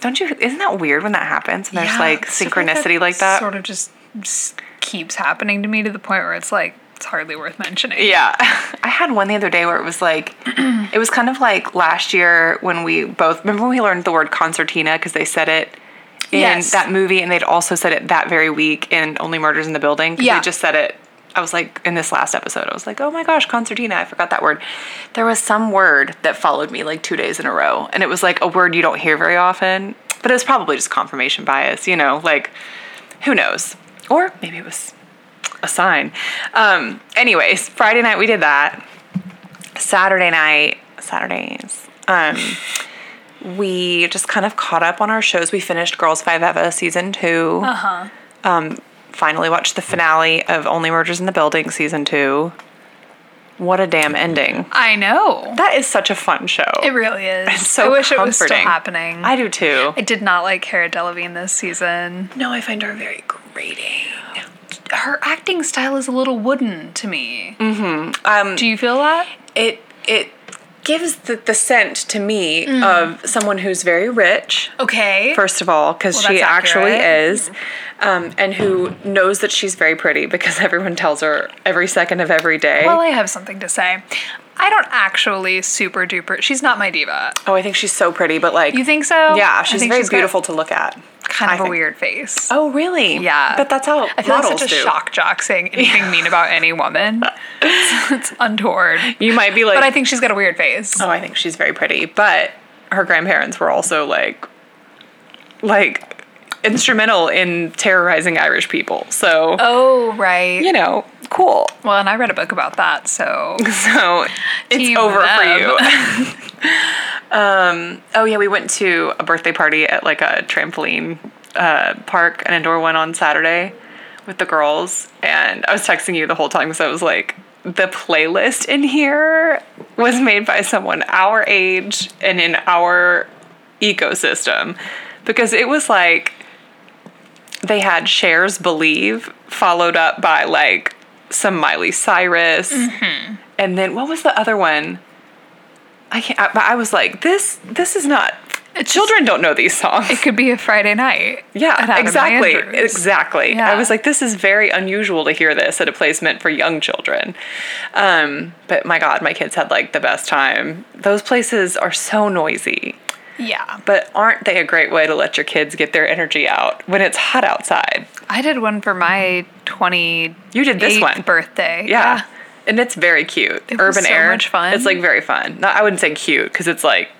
Speaker 1: don't you isn't that weird when that happens and there's
Speaker 2: Yeah,
Speaker 1: like
Speaker 2: stuff
Speaker 1: synchronicity like that?
Speaker 2: Sort of just, just keeps happening to me to the point where it's like it's hardly worth mentioning.
Speaker 1: Yeah. I had one the other day where it was like, it was kind of like last year when we both, remember when we learned the word concertina because they said it in
Speaker 2: Yes.
Speaker 1: that movie and they'd also said it that very week in Only Murders in the Building? 'cause
Speaker 2: Yeah.
Speaker 1: They just said it. I was like, in this last episode, I was like, oh my gosh, concertina, I forgot that word. There was some word that followed me like two days in a row and it was like a word you don't hear very often, but it was probably just confirmation bias, you know, like who knows? Or maybe it was a sign. Um, anyways, Friday night we did that. Saturday night, Saturdays, um, we just kind of caught up on our shows. We finished Girls Five Eva season two. Uh huh. Um, finally watched the finale of Only Murders in the Building season two. What a damn ending!
Speaker 2: I know.
Speaker 1: That is such a fun show.
Speaker 2: It really is.
Speaker 1: It's so
Speaker 2: I wish it was still
Speaker 1: comforting.
Speaker 2: happening. I,
Speaker 1: I do too.
Speaker 2: did not like Cara Delevingne this season.
Speaker 1: no, I find her very grating.
Speaker 2: Her acting style is a little wooden to me. Mm-hmm. Um, Do you feel that?
Speaker 1: it it gives the, the scent to me of someone who's very rich
Speaker 2: Okay.
Speaker 1: first of all because
Speaker 2: Well,
Speaker 1: she
Speaker 2: that's
Speaker 1: actually
Speaker 2: accurate.
Speaker 1: is um, and who knows that she's very pretty because everyone tells her every second of every day
Speaker 2: well, I have something to say. I don't actually super duper. She's not my diva.
Speaker 1: oh i think she's so pretty but like
Speaker 2: You think so?
Speaker 1: yeah
Speaker 2: I
Speaker 1: she's
Speaker 2: think
Speaker 1: very
Speaker 2: got
Speaker 1: beautiful to look at
Speaker 2: Kind
Speaker 1: I
Speaker 2: of a
Speaker 1: think.
Speaker 2: weird face.
Speaker 1: oh really
Speaker 2: Yeah.
Speaker 1: but that's how
Speaker 2: I feel like
Speaker 1: models
Speaker 2: such a
Speaker 1: do
Speaker 2: shock jock saying anything mean about any woman. it's untoward.
Speaker 1: you might be like
Speaker 2: But I think she's got a weird face.
Speaker 1: oh i think she's very pretty but her grandparents were also like like instrumental in terrorizing irish people so
Speaker 2: Oh, right.
Speaker 1: you know cool
Speaker 2: Well, and I read a book about that, so
Speaker 1: So it's
Speaker 2: Team
Speaker 1: over
Speaker 2: them.
Speaker 1: for you. um, oh yeah, we went to a birthday party at like a trampoline uh, park, an indoor one on Saturday with the girls, and I was texting you the whole time because I was like, the playlist in here was made by someone our age and in our ecosystem because it was like they had shares believe followed up by like some miley cyrus and then what was the other one? I can't. I, but I was like, this this is not. Children don't know these songs.
Speaker 2: It could be a Friday night.
Speaker 1: Yeah,
Speaker 2: at Adam and
Speaker 1: exactly.
Speaker 2: Andrew's.
Speaker 1: Exactly.
Speaker 2: Yeah.
Speaker 1: I was like, this is very unusual to hear this at a place meant for young children. Um, but my God, my kids had like the best time. Those places are so noisy,
Speaker 2: Yeah.
Speaker 1: but aren't they a great way to let your kids get their energy out when it's hot outside?
Speaker 2: I did one for my 20
Speaker 1: You did this one.
Speaker 2: birthday.
Speaker 1: Yeah. And it's very cute.
Speaker 2: It was
Speaker 1: Urban
Speaker 2: so
Speaker 1: air.
Speaker 2: much fun.
Speaker 1: It's like very fun. Not, I wouldn't say cute because it's like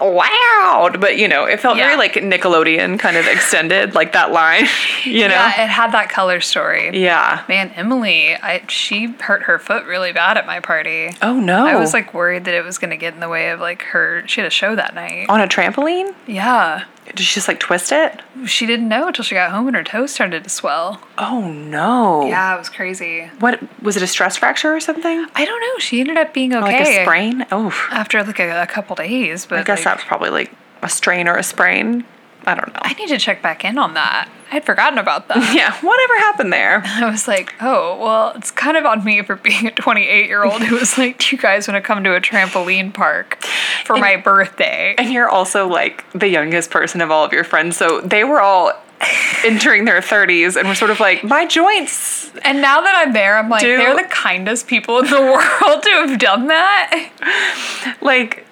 Speaker 1: loud, but you know, it felt
Speaker 2: Yeah.
Speaker 1: very like Nickelodeon kind of extended, like that line, you know?
Speaker 2: Yeah, it had that color story.
Speaker 1: yeah.
Speaker 2: Man, Emily, I, she hurt her foot really bad at my party.
Speaker 1: Oh no.
Speaker 2: I was like worried that it was going to get in the way of like her. She had a show that night.
Speaker 1: on a trampoline?
Speaker 2: Yeah.
Speaker 1: Did she just like twist it?
Speaker 2: She didn't know until she got home and her toes started to swell.
Speaker 1: Oh no.
Speaker 2: Yeah, it was crazy.
Speaker 1: What was it a stress fracture or something?
Speaker 2: I don't know. She ended up being okay.
Speaker 1: Like a sprain? Oh.
Speaker 2: After like a, a couple days, but
Speaker 1: I guess
Speaker 2: like,
Speaker 1: that's probably like a strain or a sprain. I don't know.
Speaker 2: I need to check back in on that. I had forgotten about that.
Speaker 1: yeah, whatever happened there.
Speaker 2: I was like, oh, well, it's kind of on me for being a 28 year old who was like, do you guys want to come to a trampoline park for my birthday?
Speaker 1: And you're also like the youngest person of all of your friends, so they were all entering their 30s and were sort of like, my joints.
Speaker 2: And now that I'm there, I'm like,
Speaker 1: Do-
Speaker 2: they're the kindest people in the world to have done that.
Speaker 1: Like,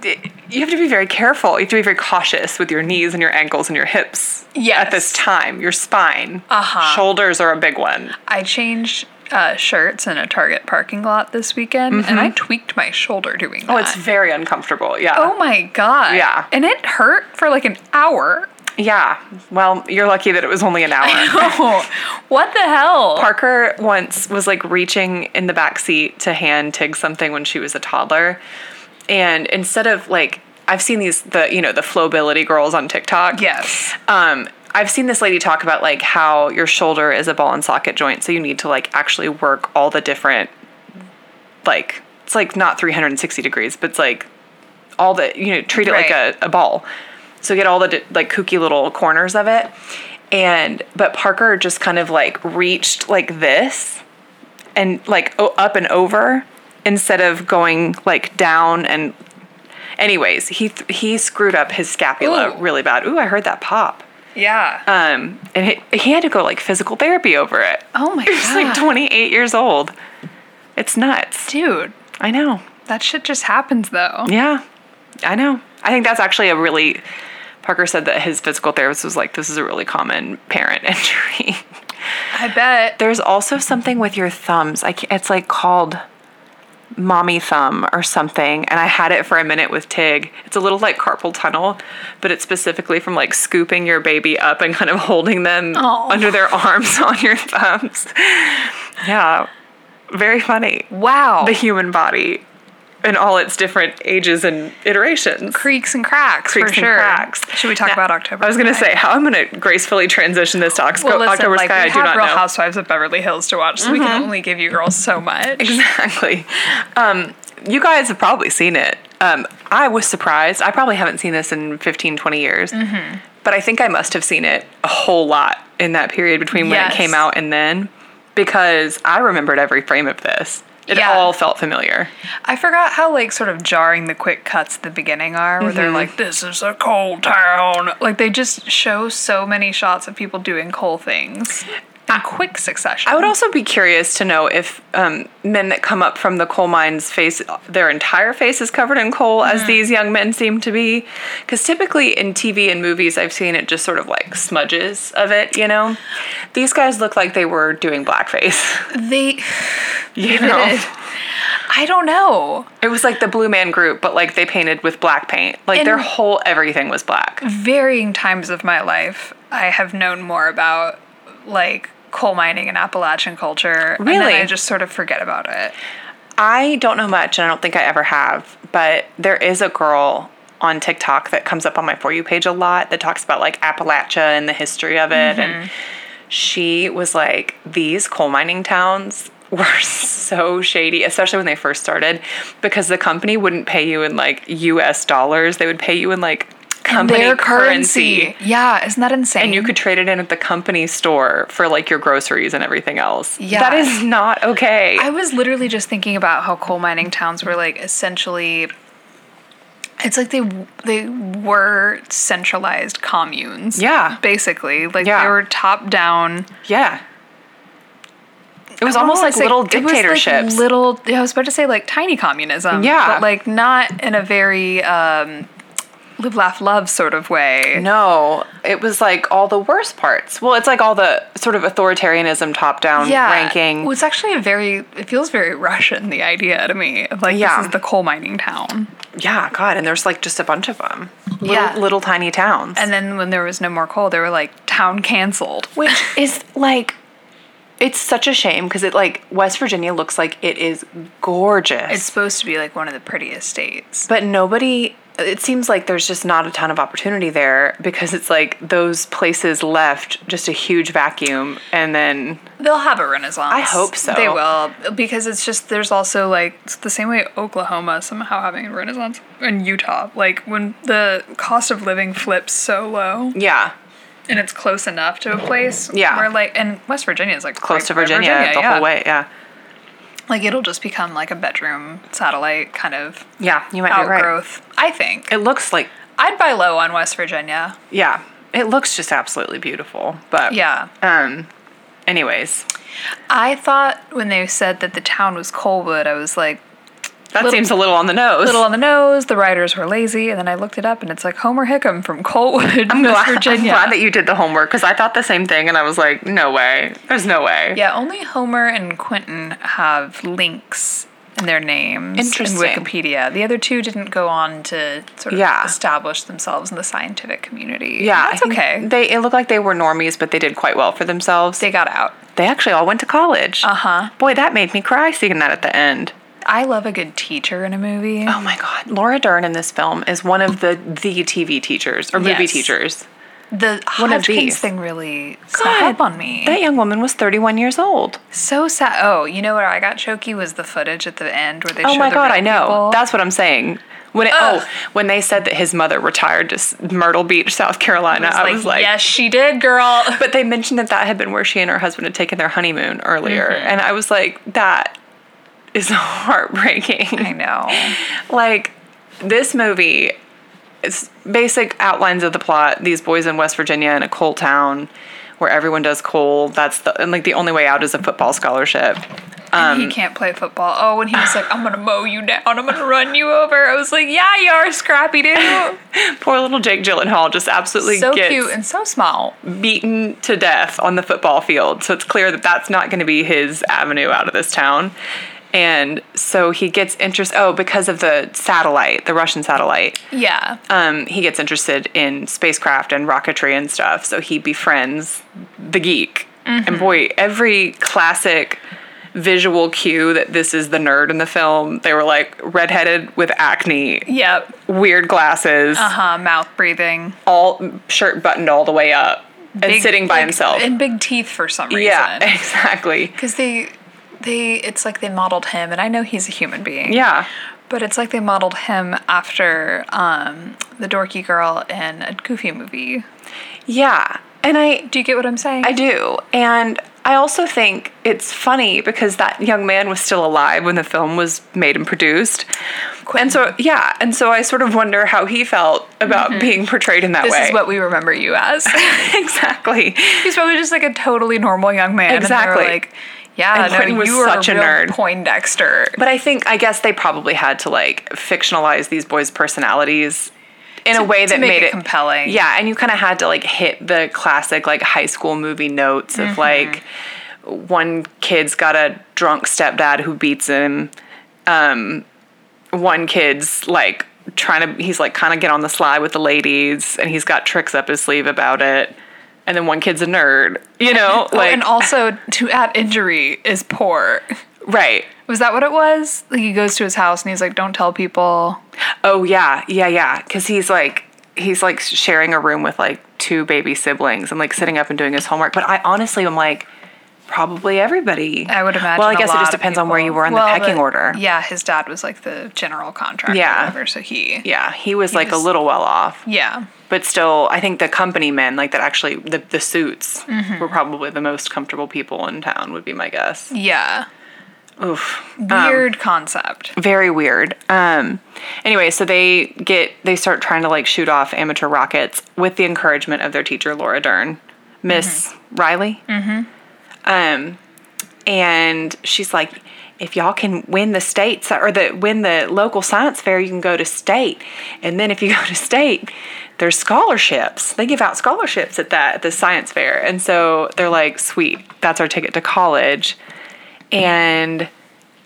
Speaker 1: d- you have to be very careful. You have to be very cautious with your knees and your ankles and your hips. At this
Speaker 2: Yes.
Speaker 1: time, your spine.
Speaker 2: Uh-huh.
Speaker 1: Shoulders are a big one.
Speaker 2: I changed uh, shirts in a Target parking lot this weekend and I tweaked my shoulder doing that.
Speaker 1: Mm-hmm. Oh, it's very uncomfortable. Yeah.
Speaker 2: Oh my God.
Speaker 1: Yeah.
Speaker 2: And it hurt for like an hour.
Speaker 1: Yeah. Well, you're lucky that it was only an hour.
Speaker 2: Oh, what the hell?
Speaker 1: Parker once was like reaching in the back seat to hand Tig something when she was a toddler. And instead of like I've seen these the you know, the flowability girls on TikTok.
Speaker 2: Yes.
Speaker 1: Um I've seen this lady talk about like how your shoulder is a ball and socket joint, so you need to like actually work all the different like it's like not 360 degrees, but it's like all the you know treat it
Speaker 2: Right.
Speaker 1: like a, a ball. So get all the di- like kooky little corners of it, and but Parker just kind of like reached like this, and like o- up and over instead of going like down and. Anyways, he th- he screwed up his scapula
Speaker 2: Ooh.
Speaker 1: really bad. Ooh, I heard that pop.
Speaker 2: Yeah.
Speaker 1: Um, and he, he had to go like physical therapy over it.
Speaker 2: oh my
Speaker 1: He's like
Speaker 2: God.
Speaker 1: 28 years old. It's nuts.
Speaker 2: Dude,
Speaker 1: I know.
Speaker 2: that shit just happens though.
Speaker 1: Yeah, I know. I think that's actually a really. Parker said that his physical therapist was like, "This is a really common parent injury."
Speaker 2: I bet.
Speaker 1: There's also something with your thumbs. I can it's like called mommy thumb or something, and I had it for a minute with Tig. It's a little like carpal tunnel, but it's specifically from like scooping your baby up and kind of holding them
Speaker 2: Aw.
Speaker 1: under their arms on your thumbs. yeah, very funny.
Speaker 2: Wow.
Speaker 1: the human body in all its different ages and iterations.
Speaker 2: creaks and cracks
Speaker 1: Creaks
Speaker 2: for
Speaker 1: and
Speaker 2: sure.
Speaker 1: cracks.
Speaker 2: Should we talk
Speaker 1: Now,
Speaker 2: about October?
Speaker 1: I was going to
Speaker 2: Sky?
Speaker 1: say how I'm going to gracefully transition this to Ox-
Speaker 2: Well, listen,
Speaker 1: October
Speaker 2: like,
Speaker 1: Sky. I do
Speaker 2: we have
Speaker 1: not
Speaker 2: Real
Speaker 1: know. Mm-hmm.
Speaker 2: Housewives of Beverly Hills to watch, so we can only give you girls so much.
Speaker 1: Exactly. Um, you guys have probably seen it. Um, I was surprised. I probably haven't seen this in 15, 20 years. But I think I must have seen it a whole lot in that period between when
Speaker 2: Yes.
Speaker 1: it came out and then because I remembered every frame of this. It
Speaker 2: Yeah.
Speaker 1: all felt familiar.
Speaker 2: I forgot how like sort of jarring the quick cuts at the beginning are, where
Speaker 1: Mm-hmm.
Speaker 2: they're like, "This is a coal town." Like they just show so many shots of people doing coal things in quick succession.
Speaker 1: I would also be curious to know if um, men that come up from the coal mines face their entire face is covered in coal,
Speaker 2: Mm-hmm.
Speaker 1: as these young men seem to be. Because typically in TV and movies, I've seen it just sort of like smudges of it. You know, these guys look like they were doing blackface.
Speaker 2: they
Speaker 1: You know,
Speaker 2: did. I don't know.
Speaker 1: it was like the Blue Man Group, but like they painted with black paint. Like their
Speaker 2: And-
Speaker 1: whole everything was black.
Speaker 2: varying times of my life, I have known more about like coal mining and Appalachian culture. And
Speaker 1: Really?
Speaker 2: then I just sort of forget about it.
Speaker 1: I don't know much, and I don't think I ever have, but there is a girl on TikTok that comes up on my For You page a lot that talks about like Appalachia and the history of it. And she was like, these coal mining towns were so shady, especially when they first started, because the company wouldn't pay you in like US dollars. They would pay you in like company currency.
Speaker 2: Yeah, isn't that insane?
Speaker 1: And you could trade it in at the company store for like your groceries and everything else.
Speaker 2: Yeah.
Speaker 1: That is not okay.
Speaker 2: I was literally just thinking about how coal mining towns were like essentially It's like they they were centralized communes.
Speaker 1: Yeah.
Speaker 2: Basically, like
Speaker 1: Yeah.
Speaker 2: they were top down. Oh,
Speaker 1: Yeah. It was almost like little dictatorships.
Speaker 2: little. Yeah, I was about to say like tiny communism.
Speaker 1: Yeah.
Speaker 2: But like not in a very um, live, laugh, love sort of way.
Speaker 1: no, it was like all the worst parts. Well, it's like all the sort of authoritarianism top down
Speaker 2: Yeah.
Speaker 1: ranking.
Speaker 2: Well, it's actually a very. It feels very Russian. The idea to me of like
Speaker 1: Yeah.
Speaker 2: this is the coal mining town.
Speaker 1: yeah, God. And there's like just a bunch of them. Little,
Speaker 2: Yeah.
Speaker 1: Little tiny towns.
Speaker 2: And then when there was no more coal, they were like town canceled.
Speaker 1: which is like it's such a shame because it like west virginia looks like it is gorgeous
Speaker 2: It's supposed to be like one of the prettiest states.
Speaker 1: but nobody it seems like there's just not a ton of opportunity there because it's like those places left just a huge vacuum and then
Speaker 2: They'll have a renaissance. I
Speaker 1: hope so.
Speaker 2: They will because it's just there's also like it's the same way Oklahoma somehow having a renaissance and Utah like when the cost of living flips so low
Speaker 1: yeah
Speaker 2: and it's close enough to a place
Speaker 1: Yeah.
Speaker 2: where like and West Virginia is like
Speaker 1: close
Speaker 2: right
Speaker 1: to
Speaker 2: by
Speaker 1: virginia, the
Speaker 2: yeah.
Speaker 1: whole way yeah
Speaker 2: Like it'll just become like a bedroom satellite kind of
Speaker 1: yeah you might be right
Speaker 2: outgrowth. I think
Speaker 1: it looks like
Speaker 2: I'd buy low on West Virginia.
Speaker 1: yeah it looks just absolutely beautiful but
Speaker 2: Yeah.
Speaker 1: um anyways
Speaker 2: I thought when they said that the town was Colwood, I was like,
Speaker 1: that
Speaker 2: Little-
Speaker 1: seems a little on the nose
Speaker 2: little on the nose. The writers were lazy, and then I looked it up, and it's like Homer Hickam from Colwood, West
Speaker 1: glad-
Speaker 2: Virginia.
Speaker 1: I'm glad that you did the homework because I thought the same thing, and I was like, no way. There's no way.
Speaker 2: yeah, only Homer and Quentin have links in their names
Speaker 1: Interesting.
Speaker 2: in Wikipedia. The other two didn't go on to sort of
Speaker 1: Yeah.
Speaker 2: establish themselves in the scientific community.
Speaker 1: Yeah, I
Speaker 2: that's
Speaker 1: think
Speaker 2: okay. They,
Speaker 1: They it looked like they were normies, but they did quite well for themselves. They,
Speaker 2: got out.
Speaker 1: actually all went to college. Uh
Speaker 2: Uh-huh.
Speaker 1: Boy, that made me cry seeing that at the end.
Speaker 2: I love a good teacher in a movie.
Speaker 1: Oh my God, Laura Dern in this film is one of the the TV teachers or movie
Speaker 2: Yes.
Speaker 1: teachers.
Speaker 2: the
Speaker 1: one of
Speaker 2: Hodgkins
Speaker 1: these.
Speaker 2: thing really snuck up on me.
Speaker 1: That young woman was 31 years old.
Speaker 2: so sad. Oh, you know where I got choky was the footage at the end where they.
Speaker 1: Oh
Speaker 2: show
Speaker 1: my
Speaker 2: the
Speaker 1: God,
Speaker 2: real
Speaker 1: I know.
Speaker 2: people.
Speaker 1: That's what I'm saying. When it,
Speaker 2: Ugh.
Speaker 1: oh, when they said that his mother retired to S- Myrtle Beach, South Carolina,
Speaker 2: It's
Speaker 1: I was like,
Speaker 2: yes, she did, girl.
Speaker 1: But they mentioned that that had been where she and her husband had taken their honeymoon earlier.
Speaker 2: Mm-hmm.
Speaker 1: And I was like, that is
Speaker 2: I
Speaker 1: heartbreaking.
Speaker 2: know.
Speaker 1: like, this movie, it's basic outlines of the plot these boys in West Virginia in a coal town where everyone does coal. That's the, and like the only way out is a football scholarship. Um,
Speaker 2: he can't play football. Oh, when he was like, I'm gonna mow you down, I'm gonna run you over. I was like, Yeah, you are scrappy dude.
Speaker 1: Poor little Jake Gyllenhaal just absolutely
Speaker 2: so
Speaker 1: gets
Speaker 2: cute and so small.
Speaker 1: beaten to death on the football field. So it's clear that that's not going to be his avenue out of this town. And so he gets interest. Oh, because of the satellite, the Russian satellite,
Speaker 2: Yeah.
Speaker 1: um, he gets interested in spacecraft and rocketry and stuff. So he befriends the geek. And boy, every classic visual cue that this is the nerd in the film, they were like redheaded with acne,
Speaker 2: Yep.
Speaker 1: weird glasses,
Speaker 2: Uh-huh. Mouth breathing.
Speaker 1: all shirt buttoned all the way up, and
Speaker 2: Big-
Speaker 1: sitting by
Speaker 2: like,
Speaker 1: himself.
Speaker 2: And big teeth for some reason.
Speaker 1: Yeah, exactly.
Speaker 2: Because they they it's like they modeled him, and I know he's a human being.
Speaker 1: Yeah.
Speaker 2: But it's like they modeled him after um, the dorky girl in a goofy movie.
Speaker 1: Yeah. And I
Speaker 2: Do you get what I'm saying?
Speaker 1: I do. And I also think it's funny because that young man was still alive when the film was made and produced. And so yeah, and so I sort of wonder how he felt about being portrayed in that
Speaker 2: Mm-hmm. this
Speaker 1: way.
Speaker 2: is what we remember you as.
Speaker 1: exactly.
Speaker 2: He's probably just like a totally normal young man. And
Speaker 1: Exactly.
Speaker 2: they were like, yeah,
Speaker 1: And Quentin
Speaker 2: no,
Speaker 1: was
Speaker 2: you were
Speaker 1: such a
Speaker 2: a, real
Speaker 1: nerd.
Speaker 2: Poindexter.
Speaker 1: But I think I guess they probably had to like fictionalize these boys' personalities in a way
Speaker 2: to
Speaker 1: that
Speaker 2: make
Speaker 1: made
Speaker 2: it compelling.
Speaker 1: Yeah, and you kind of had to like hit the classic like high school movie notes of
Speaker 2: Mm-hmm.
Speaker 1: like one kid's got a drunk stepdad who beats him. Um, one kid's like trying to he's like kind of get on the sly with the ladies, and he's got tricks up his sleeve about it. And then one kid's a nerd, you know,
Speaker 2: Oh,
Speaker 1: like
Speaker 2: and also, to add injury is poor.
Speaker 1: right.
Speaker 2: Was that what it was? Like he goes to his house and he's like, "Don't tell people."
Speaker 1: Oh yeah, yeah, yeah. Because he's like he's like sharing a room with like two baby siblings and like sitting up and doing his homework. But I honestly am like probably everybody.
Speaker 2: I would imagine.
Speaker 1: Well,
Speaker 2: a
Speaker 1: I guess it
Speaker 2: lot
Speaker 1: just
Speaker 2: of
Speaker 1: depends on where you
Speaker 2: people-
Speaker 1: were in
Speaker 2: Well,
Speaker 1: the pecking
Speaker 2: but-
Speaker 1: order. Yeah.
Speaker 2: Yeah, his dad was like the general contractor.
Speaker 1: Yeah.
Speaker 2: Yeah. Whatever, so he. Yeah.
Speaker 1: he was like
Speaker 2: was-
Speaker 1: a little well off, but still, I think the company men, like that, actually the the
Speaker 2: Mm-hmm.
Speaker 1: suits were probably the most comfortable people in town, would be my guess.
Speaker 2: Yeah.
Speaker 1: Oof.
Speaker 2: Weird concept.
Speaker 1: Very weird. Um, anyway, so they get they start trying to like shoot off amateur rockets with the encouragement of their teacher Laura Dern, Miss Riley. Mm-hmm. Um, and she's like, if y'all can win the state sci- or the win the local science fair, you can go to state. And then if you go to state, there's scholarships. They give out scholarships at that at the science fair. And so they're like, sweet, that's our ticket to college. And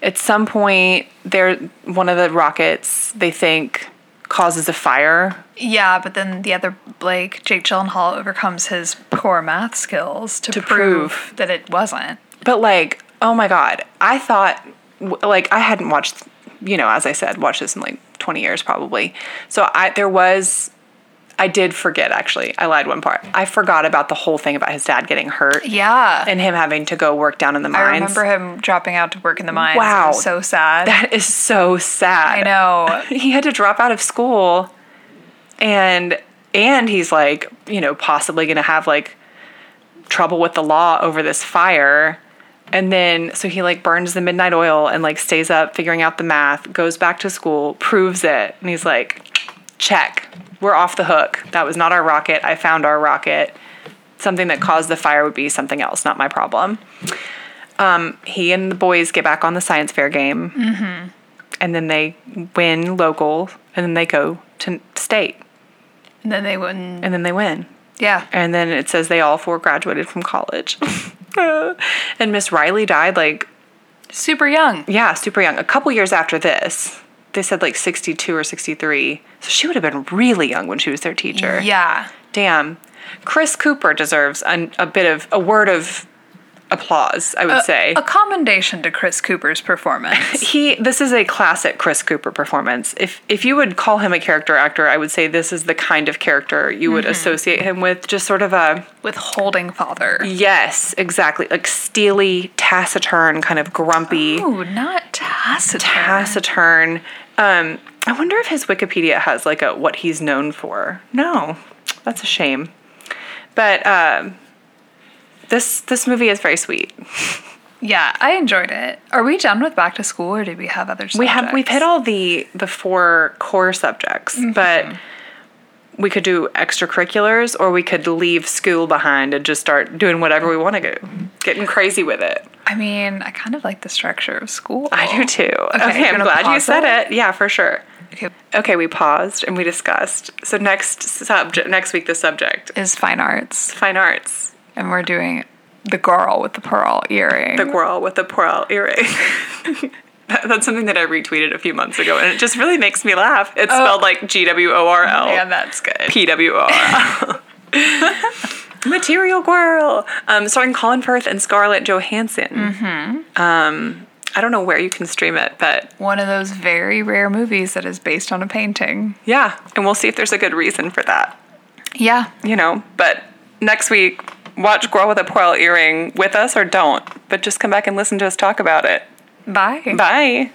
Speaker 1: at some point, there one of the rockets they think causes a fire.
Speaker 2: Yeah, but then the other Blake, Jake Gyllenhaal, overcomes his poor math skills to, prove,
Speaker 1: prove.
Speaker 2: that it wasn't.
Speaker 1: But like, oh my god, I thought w- like I hadn't watched, you know, as I said, watched this in like 20 years probably. So I there was I did forget actually. I lied one part. I forgot about the whole thing about his dad getting hurt
Speaker 2: Yeah.
Speaker 1: and him having to go work down in the
Speaker 2: I
Speaker 1: mines.
Speaker 2: remember him dropping out to work in the mines. Wow.
Speaker 1: Wow.
Speaker 2: so sad.
Speaker 1: That is so sad.
Speaker 2: I know.
Speaker 1: he had to drop out of school and and he's like you know possibly going to have like trouble with the law over this fire and then so he like burns the midnight oil and like stays up figuring out the math goes back to school proves it and he's like check we're off the hook that was not our rocket i found our rocket something that caused the fire would be something else not my problem um, he and the boys get back on the science fair game and then they win local, and then they go to state,
Speaker 2: And then they wouldn't.
Speaker 1: and then they win.
Speaker 2: Yeah.
Speaker 1: And then it says they all four graduated from college. and Miss Riley died, like,
Speaker 2: Super young.
Speaker 1: yeah, super young. A couple years after this, they said like 62 or 63. So she would have been really young when she was their teacher.
Speaker 2: Yeah.
Speaker 1: Damn. Chris Cooper deserves an, a bit of a word of applause, I would say.
Speaker 2: A commendation to Chris Cooper's performance.
Speaker 1: he this is a classic Chris Cooper performance. If if you would call him a character actor, I would say this is the kind of character you would associate him with. Just sort of a
Speaker 2: Withholding father.
Speaker 1: yes, exactly, like steely, taciturn, kind of grumpy,
Speaker 2: Ooh, not taciturn.
Speaker 1: taciturn. Um, I wonder if his Wikipedia has like a what he's known for. No, that's a shame. But um, this this movie is very sweet.
Speaker 2: Yeah, I enjoyed it. Are we done with back to school, or do we have other? Subjects? Mm-hmm.
Speaker 1: We have we've hit all the the four core subjects, but we could do extracurriculars or we could leave school behind and just start doing whatever we want to do, getting crazy with it.
Speaker 2: I mean, I kind of like the structure of school.
Speaker 1: I do too. Okay,
Speaker 2: you're
Speaker 1: I'm
Speaker 2: gonna
Speaker 1: glad you
Speaker 2: pause
Speaker 1: said
Speaker 2: it?
Speaker 1: it. Yeah, for sure.
Speaker 2: Okay,
Speaker 1: Okay, we paused and we discussed. So next subject, next week, the subject
Speaker 2: is fine arts,
Speaker 1: fine arts.
Speaker 2: and we're doing the girl with the pearl earring.
Speaker 1: The girl with the pearl earring. That- That's something that I retweeted a few months ago, and it just really makes me laugh. It's
Speaker 2: Oh.
Speaker 1: spelled like G W O R L.
Speaker 2: Man, that's good.
Speaker 1: PWR. Material Girl, um, starring Colin Firth and Scarlett Johansson. Mm-hmm. Um, I don't know where you can stream it, but
Speaker 2: One of those very rare movies that is based on a painting.
Speaker 1: yeah, and we'll see if there's a good reason for that,
Speaker 2: Yeah,
Speaker 1: you know. But next week, watch Girl with a Pearl Earring with us or don't, but just come back and listen to us talk about it.
Speaker 2: bye.
Speaker 1: Bye.